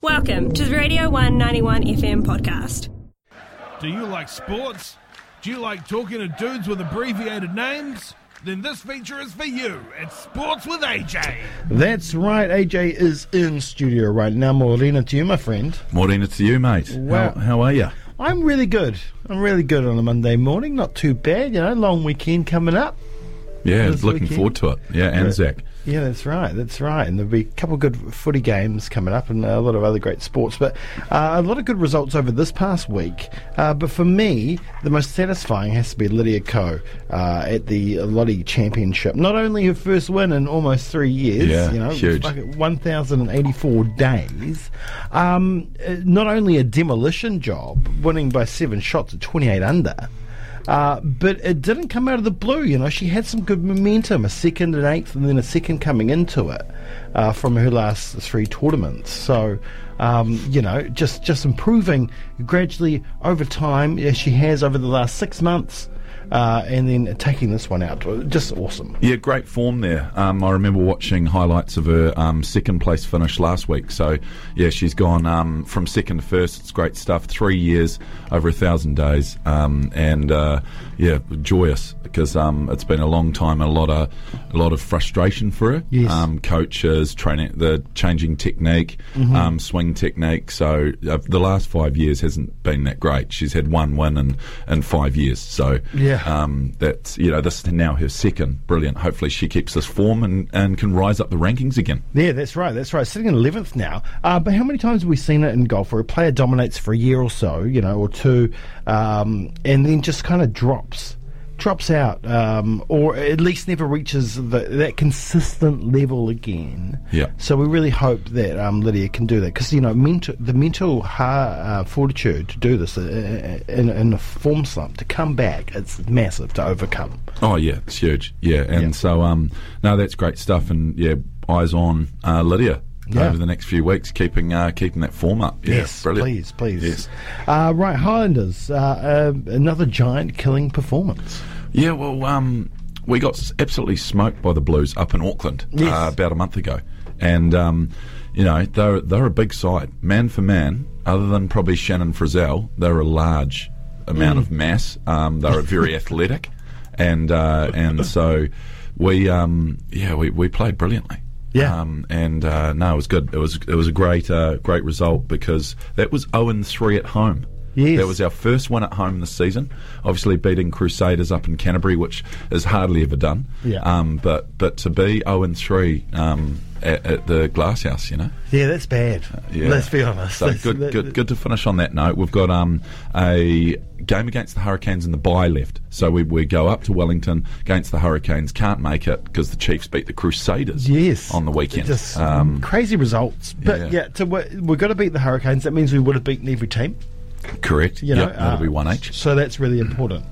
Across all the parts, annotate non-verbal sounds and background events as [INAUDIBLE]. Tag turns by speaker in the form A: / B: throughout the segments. A: Welcome to the Radio 191 FM podcast.
B: Do you like sports? Do you like talking to dudes with abbreviated names? Then this feature is for you. It's Sports with AJ.
C: That's right. AJ is in studio right now. Morena to you, my friend.
D: Morena to you, mate.
C: Wow.
D: How, how are you?
C: I'm really good. I'm really good on a Monday morning. Not too bad, you know. Long weekend coming up.
D: Yeah,
C: This
D: looking
C: weekend.
D: forward to it. Yeah, Anzac.
C: Yeah, that's right. That's right. And there'll be a couple of good footy games coming up and a lot of other great sports. But uh, a lot of good results over this past week. Uh, but for me, the most satisfying has to be Lydia Ko uh, at the Lottie Championship. Not only her first win in almost three years,
D: Yeah,
C: you know,
D: huge.
C: fucking 1,084 days. Um, uh, not only a demolition job, winning by seven shots at 28 under. Uh, but it didn't come out of the blue, you know. She had some good momentum, a second and eighth, and then a second coming into it uh, from her last three tournaments. So, um, you know, just just improving gradually over time, as she has over the last six months, uh, and then taking this one out. Just awesome.
D: Yeah, great form there. Um, I remember watching highlights of her um, second place finish last week. So, yeah, she's gone um, from second to first. It's great stuff. Three years, over a thousand days. Um, and, uh, yeah, joyous because um, it's been a long time, a lot of, a lot of frustration for her.
C: Yes.
D: Um, coaches, training, the changing technique, um, swing technique. So, uh, the last five years hasn't been that great. She's had one win in, in five years. So,
C: Yeah.
D: um, that's you know this is now her second brilliant hopefully she keeps this form and, and can rise up the rankings again
C: Yeah, that's right. That's right. Sitting in eleventh now. Uh, but how many times have we seen it in golf, where a player dominates for a year or so, you know, or two, um, and then just kind of drops, drops out, um, or at least never reaches the, that consistent level again.
D: Yeah.
C: So we really hope that um, Lydia can do that because you know, mental, the mental ha- uh, fortitude to do this uh, uh, in, in a form slump to come back, it's massive to overcome.
D: oh yeah it's huge yeah and
C: Yeah.
D: so um no that's great stuff and yeah eyes on uh, Lydia
C: Yeah.
D: over the next few weeks keeping uh, keeping that form up Yeah,
C: Yes,
D: brilliant
C: please, please.
D: Yes.
C: Uh, right, Highlanders, uh, uh, another giant killing performance.
D: Yeah, well, um, we got s- absolutely smoked by the Blues up in Auckland
C: Yes.
D: uh, about a month ago, and um, you know they're they're a big side, man for man. Other than probably Shannon Frizzell, they're a large amount
C: Mm.
D: of mass. Um,
C: [LAUGHS]
D: they're very athletic, and uh, and so we um, yeah we, we played brilliantly.
C: Yeah.
D: um, and uh, no, it was good. It was it was a great uh, great result because that was zero and three at home.
C: Yes.
D: that was our first one at home this season. Obviously, beating Crusaders up in Canterbury, which is hardly ever done.
C: Yeah.
D: Um, but but to be zero and three um, at, at the Glasshouse, you know.
C: Yeah, that's bad.
D: Yeah.
C: Let's be honest.
D: So
C: That's-
D: good,
C: that-
D: good, good to finish on that note. We've got um, a game against the Hurricanes in the bye left. So we, we go up to Wellington against the Hurricanes. Can't make it because the Chiefs beat the Crusaders.
C: Yes.
D: On the weekend.
C: Just
D: Um,
C: crazy results. But yeah,
D: yeah.
C: to, we're, we're going to beat the Hurricanes. That means we would have beaten every team.
D: correct.
C: You
D: yep.
C: know,
D: that'll
C: uh,
D: be one each. Hmm.
C: So that's really important.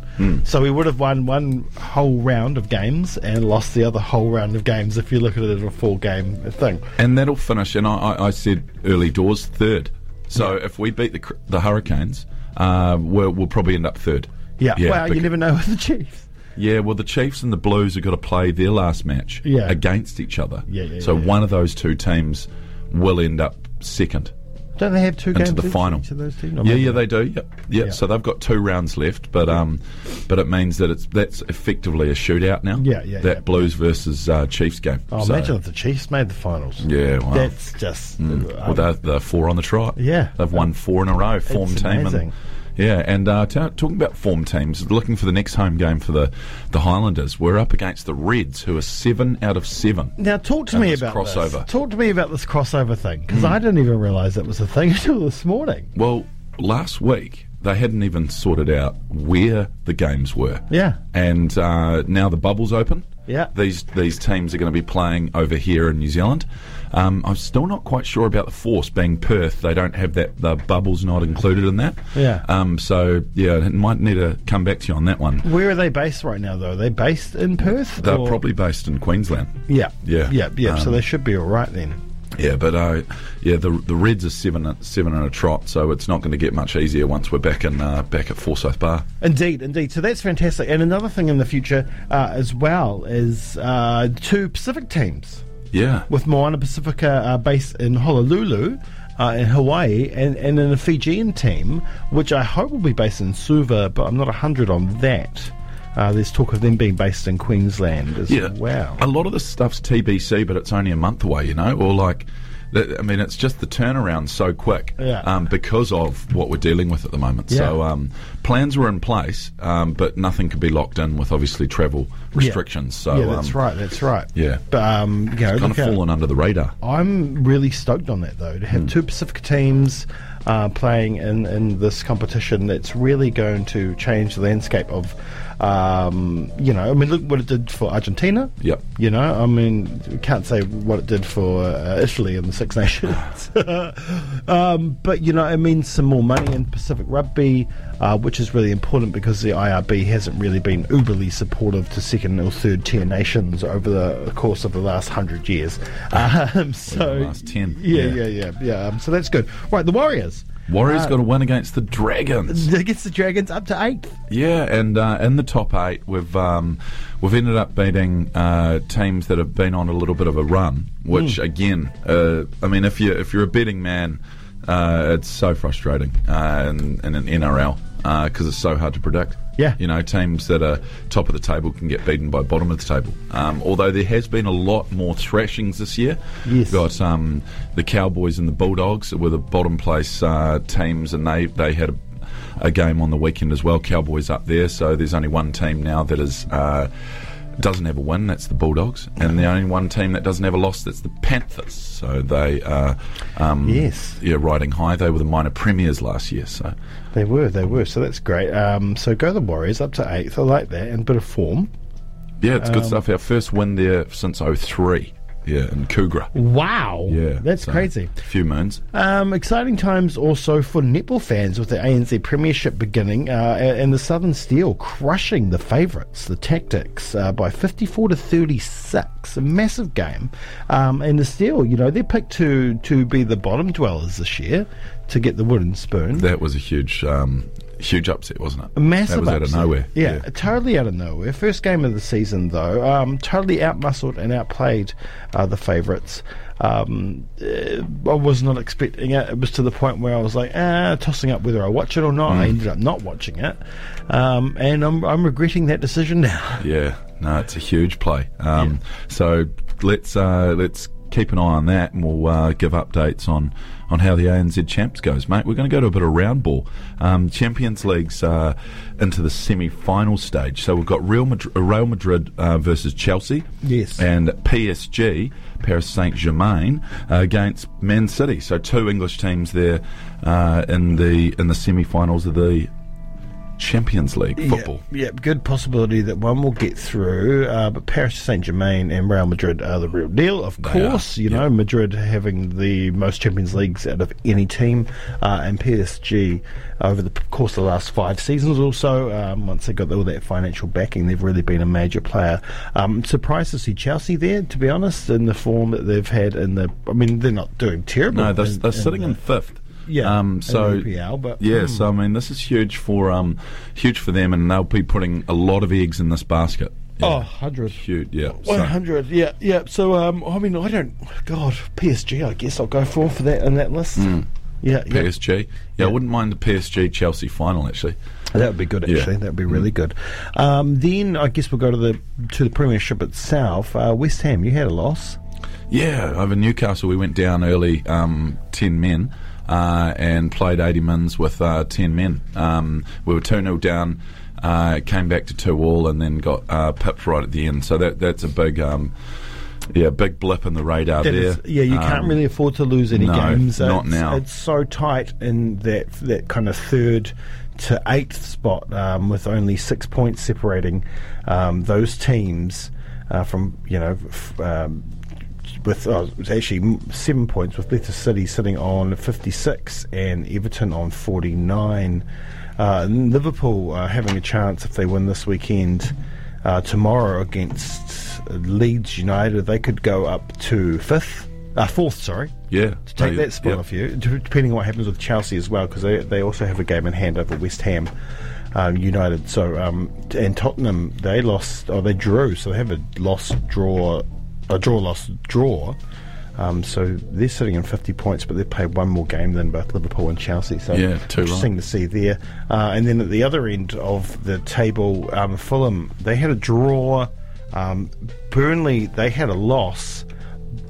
C: So we would have won one whole round of games and lost the other whole round of games if you look at it as a four game thing.
D: And that'll finish. And I, I, I said early doors third. So if we beat the Cr- the Hurricanes, uh, we'll, we'll probably end up third.
C: Yeah. well, you
D: bec-
C: never know with the Chiefs.
D: yeah. Well, the Chiefs and the Blues have got to play their last match
C: Yeah.
D: against each other.
C: Yeah, yeah,
D: so
C: yeah.
D: one of those two teams will end up second
C: Don't they have two games
D: into the
C: each-
D: final.
C: each of those teams? Or
D: Yeah,
C: maybe
D: yeah, they do. Yep. yep.
C: Yeah.
D: So they've got two rounds left, but um, but it means that it's that's effectively a shootout now.
C: Yeah, yeah,
D: That
C: yeah.
D: Blues versus uh, Chiefs game.
C: Oh,
D: So-
C: imagine if the Chiefs made the finals.
D: Yeah, wow. Mm.
C: That's just.
D: Well, they're, they're four on the trot.
C: Yeah.
D: They've won four in a row, form
C: It's
D: team.
C: amazing.
D: And, yeah, and uh, ta talking about form teams, looking for the next home game for the, the Highlanders, we're up against the Reds, who are seven out of seven.
C: now talk to
D: And
C: me
D: this
C: about
D: crossover. Mm.
C: This. Talk to me about this crossover thing because I didn't even realise that was a thing [LAUGHS] until this morning.
D: Well, last week, they hadn't even sorted out where the games were.
C: Yeah.
D: And uh, now the bubble's open.
C: Yeah.
D: These these teams are going to be playing over here in New Zealand. Um, I'm still not quite sure about the force being Perth. They don't have that. The bubble's not included in that.
C: Yeah.
D: Um, so yeah, it might need to come back to you on that one.
C: Where are they based right now, though? Are they based in Perth?
D: They're
C: or-
D: probably based in Queensland.
C: Yeah.
D: Yeah.
C: Yeah. Yeah. so
D: Um,
C: they should be all right then.
D: Yeah, but uh, yeah, the the Reds are seven seven in a trot, so it's not going to get much easier once we're back in uh, back at Forsyth Bar.
C: Indeed, indeed. So that's fantastic. And another thing in the future uh, as well is uh, two Pacific teams.
D: Yeah.
C: with Moana Pacifica uh, based in Honolulu. uh, in Hawaii and, and in a Fijian team, which I hope will be based in Suva, but I'm not 100 on that. Uh, there's talk of them being based in Queensland as well.
D: A lot of this stuff's TBC, but it's only a month away, you know? Or like, th- I mean, it's just the turnaround so quick
C: Yeah.
D: um, because of what we're dealing with at the moment. So
C: Yeah.
D: um, plans were in place, um, but nothing could be locked in with obviously travel restrictions. So
C: yeah, that's
D: um,
C: right, that's right.
D: yeah.
C: But, um, you know,
D: Kind of
C: look out.
D: fallen Hmm. under the radar.
C: I'm really stoked on that though to have two Pacific teams uh, playing in, in this competition. That's really going to change the landscape of, um, you know, I mean, look what it did for Argentina.
D: Yep.
C: You know, I mean, we can't say what it did for uh, Italy in the Six [LAUGHS] Nations. um, but, you know, it means some more money in Pacific Rugby, uh, which is really important because the IRB hasn't really been uberly supportive to second or third tier nations over the course of the last hundred years. [LAUGHS] Um, so,
D: last 10,
C: Yeah,
D: yeah.
C: yeah, yeah, yeah. Um, so that's good. Right, the Warriors. [LAUGHS]
D: Warriors got to win against the Dragons.
C: That gets the Dragons up to eighth.
D: Yeah, and uh, in the top eight, we've um, we've ended up beating uh, teams that have been on a little bit of a run. Which again, uh, I mean, if you if you're a betting man, uh, it's so frustrating uh, in, in an NRL because uh, it's so hard to predict.
C: Yeah.
D: you know, teams that are top of the table can get beaten by bottom of the table. Um, although there has been a lot more thrashings this year.
C: Yes.
D: Got got, um, the Cowboys and the Bulldogs were the bottom place uh, teams, and they they had a, a game on the weekend as well. Cowboys up there, so there's only one team now that is. Uh, doesn't have a win, that's the Bulldogs, and the only one team that doesn't have a loss, that's the Panthers. So they are, um,
C: Yes.
D: yeah, riding high. They were the minor premiers last year, so
C: They were, they were. So that's great. Um, so go the Warriors up to eighth. I like that. And a bit of form.
D: yeah, it's
C: Um,
D: good stuff. Our first win there since 03, yeah, in Cougra.
C: Wow.
D: Yeah,
C: That's
D: so
C: crazy.
D: A few moons.
C: Um, exciting times also for netball fans with the ANC Premiership beginning uh, a- and the Southern Steel crushing the favourites, the Tactics, uh, by 54 to 36. A massive game. Um, and the Steel, you know, they're picked to, to be the bottom dwellers this year to get the wooden spoon.
D: That was a huge, um, huge upset, wasn't it?
C: A massive
D: That was out of
C: upset.
D: nowhere.
C: Yeah, totally out of nowhere. First game of the season, though, um, totally outmuscled and outplayed uh, the favourites. Um, eh, I was not expecting it. It was to the point where I was like, ah, tossing up whether I watch it or not.
D: Mm.
C: I ended up not watching it, um, and I'm, I'm regretting that decision now. [LAUGHS]
D: Yeah, no, it's a huge play. Um, So let's uh, let's keep an eye on that, and we'll uh, give updates on on how the ANZ champs goes, mate. We're going to go to a bit of round ball. Um, Champions League's uh, into the semi final stage, so we've got Real Madrid, Real Madrid uh, versus Chelsea.
C: Yes.
D: and PSG, Paris Saint Germain, uh, against Man City. So two English teams there uh, in the in the semi finals of the Champions League football.
C: Yeah, yeah, good possibility that one will get through, uh, but Paris Saint Germain and Real Madrid are the real deal, of course.
D: are,
C: You
D: yeah.
C: know, Madrid having the most Champions Leagues out of any team, uh, and PSG over the p- course of the last five seasons or so, um, once they got all that financial backing, they've really been a major player. Um, surprised to see Chelsea there, to be honest, in the form that they've had. In the, I mean, they're not doing terrible.
D: No, they're,
C: in-
D: they're
C: in
D: sitting
C: the-
D: in fifth.
C: uh, Yeah, in
D: Um, so
C: the EPL, but- hmm.
D: yeah, so I mean, this is huge for um, huge for them, and they'll be putting a lot of eggs in this basket. Yeah.
C: Oh, 100.
D: huge! Yeah, so-
C: One hundred, yeah, yeah. So, um, I mean, I don't. God, PSG. I guess I'll go for for that on that list.
D: Hmm.
C: Yeah, yeah.
D: PSG. Yeah, I wouldn't mind the PSG Chelsea final actually.
C: that would be good. Actually,
D: Yeah.
C: that would be really good. Um, then I guess we'll go to the to the Premiership itself. Uh, West Ham, you had a loss.
D: Yeah, over Newcastle, we went down early, um, 10 men, uh, and played 80 mins with uh, 10 men. Um, we were 2 0 down, uh, came back to 2 all, and then got uh, pipped right at the end. So that that's a big. Um, yeah, big blip in the radar
C: That
D: there.
C: is- yeah, you can't
D: Um,
C: really afford to lose any
D: no,
C: games.
D: not
C: it's,
D: now.
C: It's so tight in that that kind of third to eighth spot, um, with only six points separating um, those teams uh, from you know. F- um, with oh, it was actually m- seven points, with Leicester City sitting on 56 and Everton on 49. Uh, and Liverpool uh, having a chance if they win this weekend uh, tomorrow against Leeds United, they could go up to fifth, uh, fourth, sorry.
D: Yeah.
C: To take
D: they-
C: that spot
D: yeah.
C: off you, d- depending on what happens with Chelsea as well, because they, they also have a game in hand over West Ham um, United. So um, and Tottenham they lost or they drew, so they have a loss draw, a draw loss draw. Um, so they're sitting in 50 points, but they've played one more game than both Liverpool and Chelsea. So
D: Yeah, two
C: interesting to see there. Uh, and then at the other end of the table, um, Fulham, they had a draw. Um, Burnley, they had a loss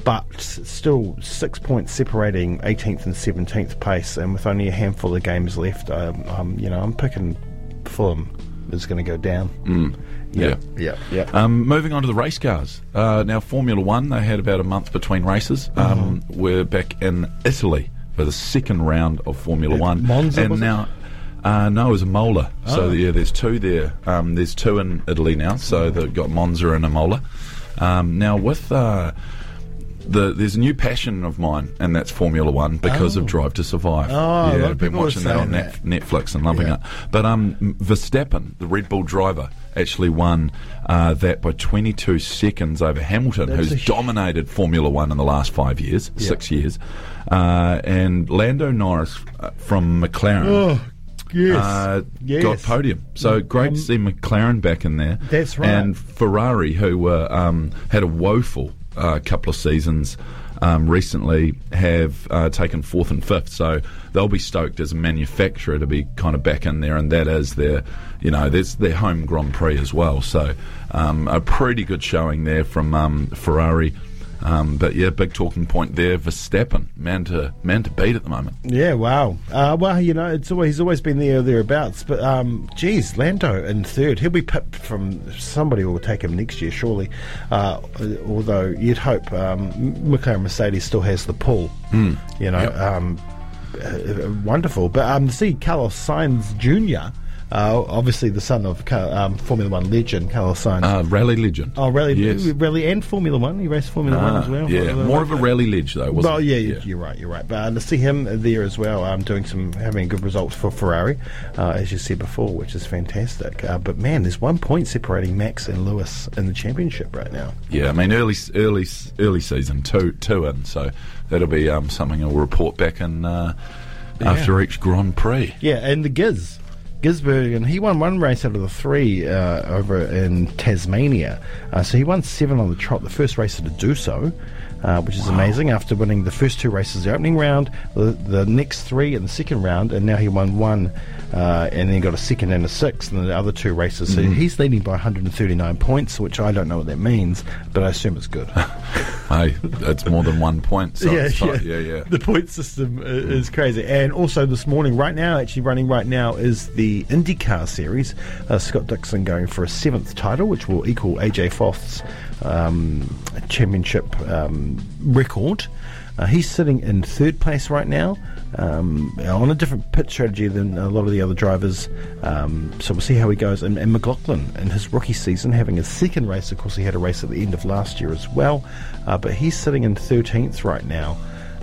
C: but still six points separating 18th and 17th place, and with only a handful of games left, um, um, you know, I'm picking Fulham is going to go down.
D: Mm. Yeah.
C: Yeah, yeah.
D: Um, moving on to the race cars. Uh, now, Formula One, they had about a month between races. Um,
C: Mm-hmm.
D: We're back in Italy for the second round of Formula One.
C: Monza,
D: and
C: was it? Oh.
D: now. Uh, no, it was Mola. So yeah, there's two there. Um, there's two in Italy now. So
C: Mm-hmm.
D: they've got Monza and Imola. Um, now with uh, the there's a new passion of mine, and that's Formula One because of Drive to Survive.
C: Oh. lot
D: yeah,
C: of
D: I've been
C: people were
D: watching that on
C: saying
D: Netflix. Netflix and lumping it. But um, Verstappen, the Red Bull driver, actually won uh, that by 22 seconds over Hamilton,
C: a
D: who's
C: hu-
D: dominated Formula One in the last five years, six years. Uh, and Lando Norris uh, from McLaren.
C: Oh, yes.
D: Uh,
C: Yes. Mm. Um,
D: Got podium, so great to see McLaren back in there.
C: That's right.
D: And Ferrari, who were um, had a woeful uh, couple of seasons um, recently, have uh, taken fourth and fifth. So they'll be stoked as a manufacturer to be kind of back in there, and that is their, you know, that's their home Grand Prix as well. So um, a pretty good showing there from um, Ferrari. Um, but yeah, big talking point there. Verstappen, man to man to beat at the moment.
C: yeah, wow. Uh, well, you know, it's always, he's always been there or thereabouts. But, um, geez, Lando in third. He'll be pipped from somebody will take him next year, surely. Uh, although you'd hope um, McLaren Mercedes still has the pull.
D: Hmm.
C: You know, um, uh, wonderful. But um, to see Carlos Sainz Jr., uh, obviously the son of Car- um, Formula One legend Carlos Sainz.
D: Uh, rally legend.
C: oh, rally,
D: Yes. Ah,
C: rally, and Formula One. He raced Formula One as well.
D: Yeah, more of a rally ledge though, wasn't
C: Well,
D: it?
C: yeah, you- you're right, you're right. But um, to see him there as well, um, doing some, having a good result for Ferrari, uh, as you said before, which is fantastic. Uh, but man, there's one point separating Max and Lewis in the championship right now.
D: Yeah, I mean early, early, early season two, two in. So that'll be um, something I'll report back in uh, after each Grand Prix.
C: Yeah, and the Giz. Gisbergen, he won one race out of the three uh, over in Tasmania. Uh, so he won seven on the trot, the first racer to do so, uh, which is amazing after winning the first two races, the opening round, the, the next three in the second round, and now he won one uh, and then got a second and a sixth in the other two races.
D: Mm-hmm.
C: So he's leading by 139 points, which I don't know what that means, but I assume it's good.
D: Hey, it's more than one point. So
C: [LAUGHS] yeah,
D: [LAUGHS] it's
C: yeah.
D: tight. yeah, yeah.
C: [LAUGHS] The point system i- is crazy. And also this morning, right now, actually running right now, is the IndyCar series. Uh, Scott Dixon going for a seventh title, which will equal AJ Foth's um, championship um, record. Uh, he's sitting in third place right now um, on a different pit strategy than a lot of the other drivers. Um, so we'll see how he goes. And, and McLaughlin, in his rookie season, having his second race, of course, he had a race at the end of last year as well. Uh, but he's sitting in 13th right now.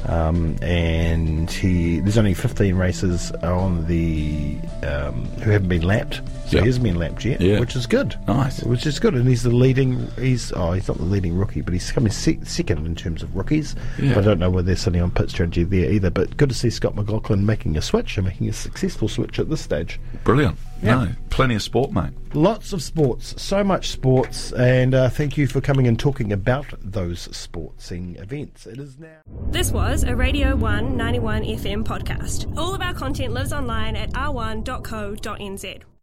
C: Um, and he, there's only 15 races on the um, who haven't been lapped, so
D: Yeah.
C: he hasn't been lapped yet,
D: Yeah.
C: which is good.
D: Nice.
C: which is good. And he's the leading. He's oh, he's not the leading rookie, but he's coming se- second in terms of rookies.
D: Yeah.
C: But I don't know whether they're sitting on pit strategy there either. But good to see Scott McLaughlin making a switch and making a successful switch at this stage.
D: Brilliant.
C: Yeah.
D: No, plenty of sport, mate.
C: Lots of sports, so much sports, and uh, thank you for coming and talking about those sportsing events. It is now.
A: This was a Radio 1 91 FM podcast. All of our content lives online at r1.co.nz.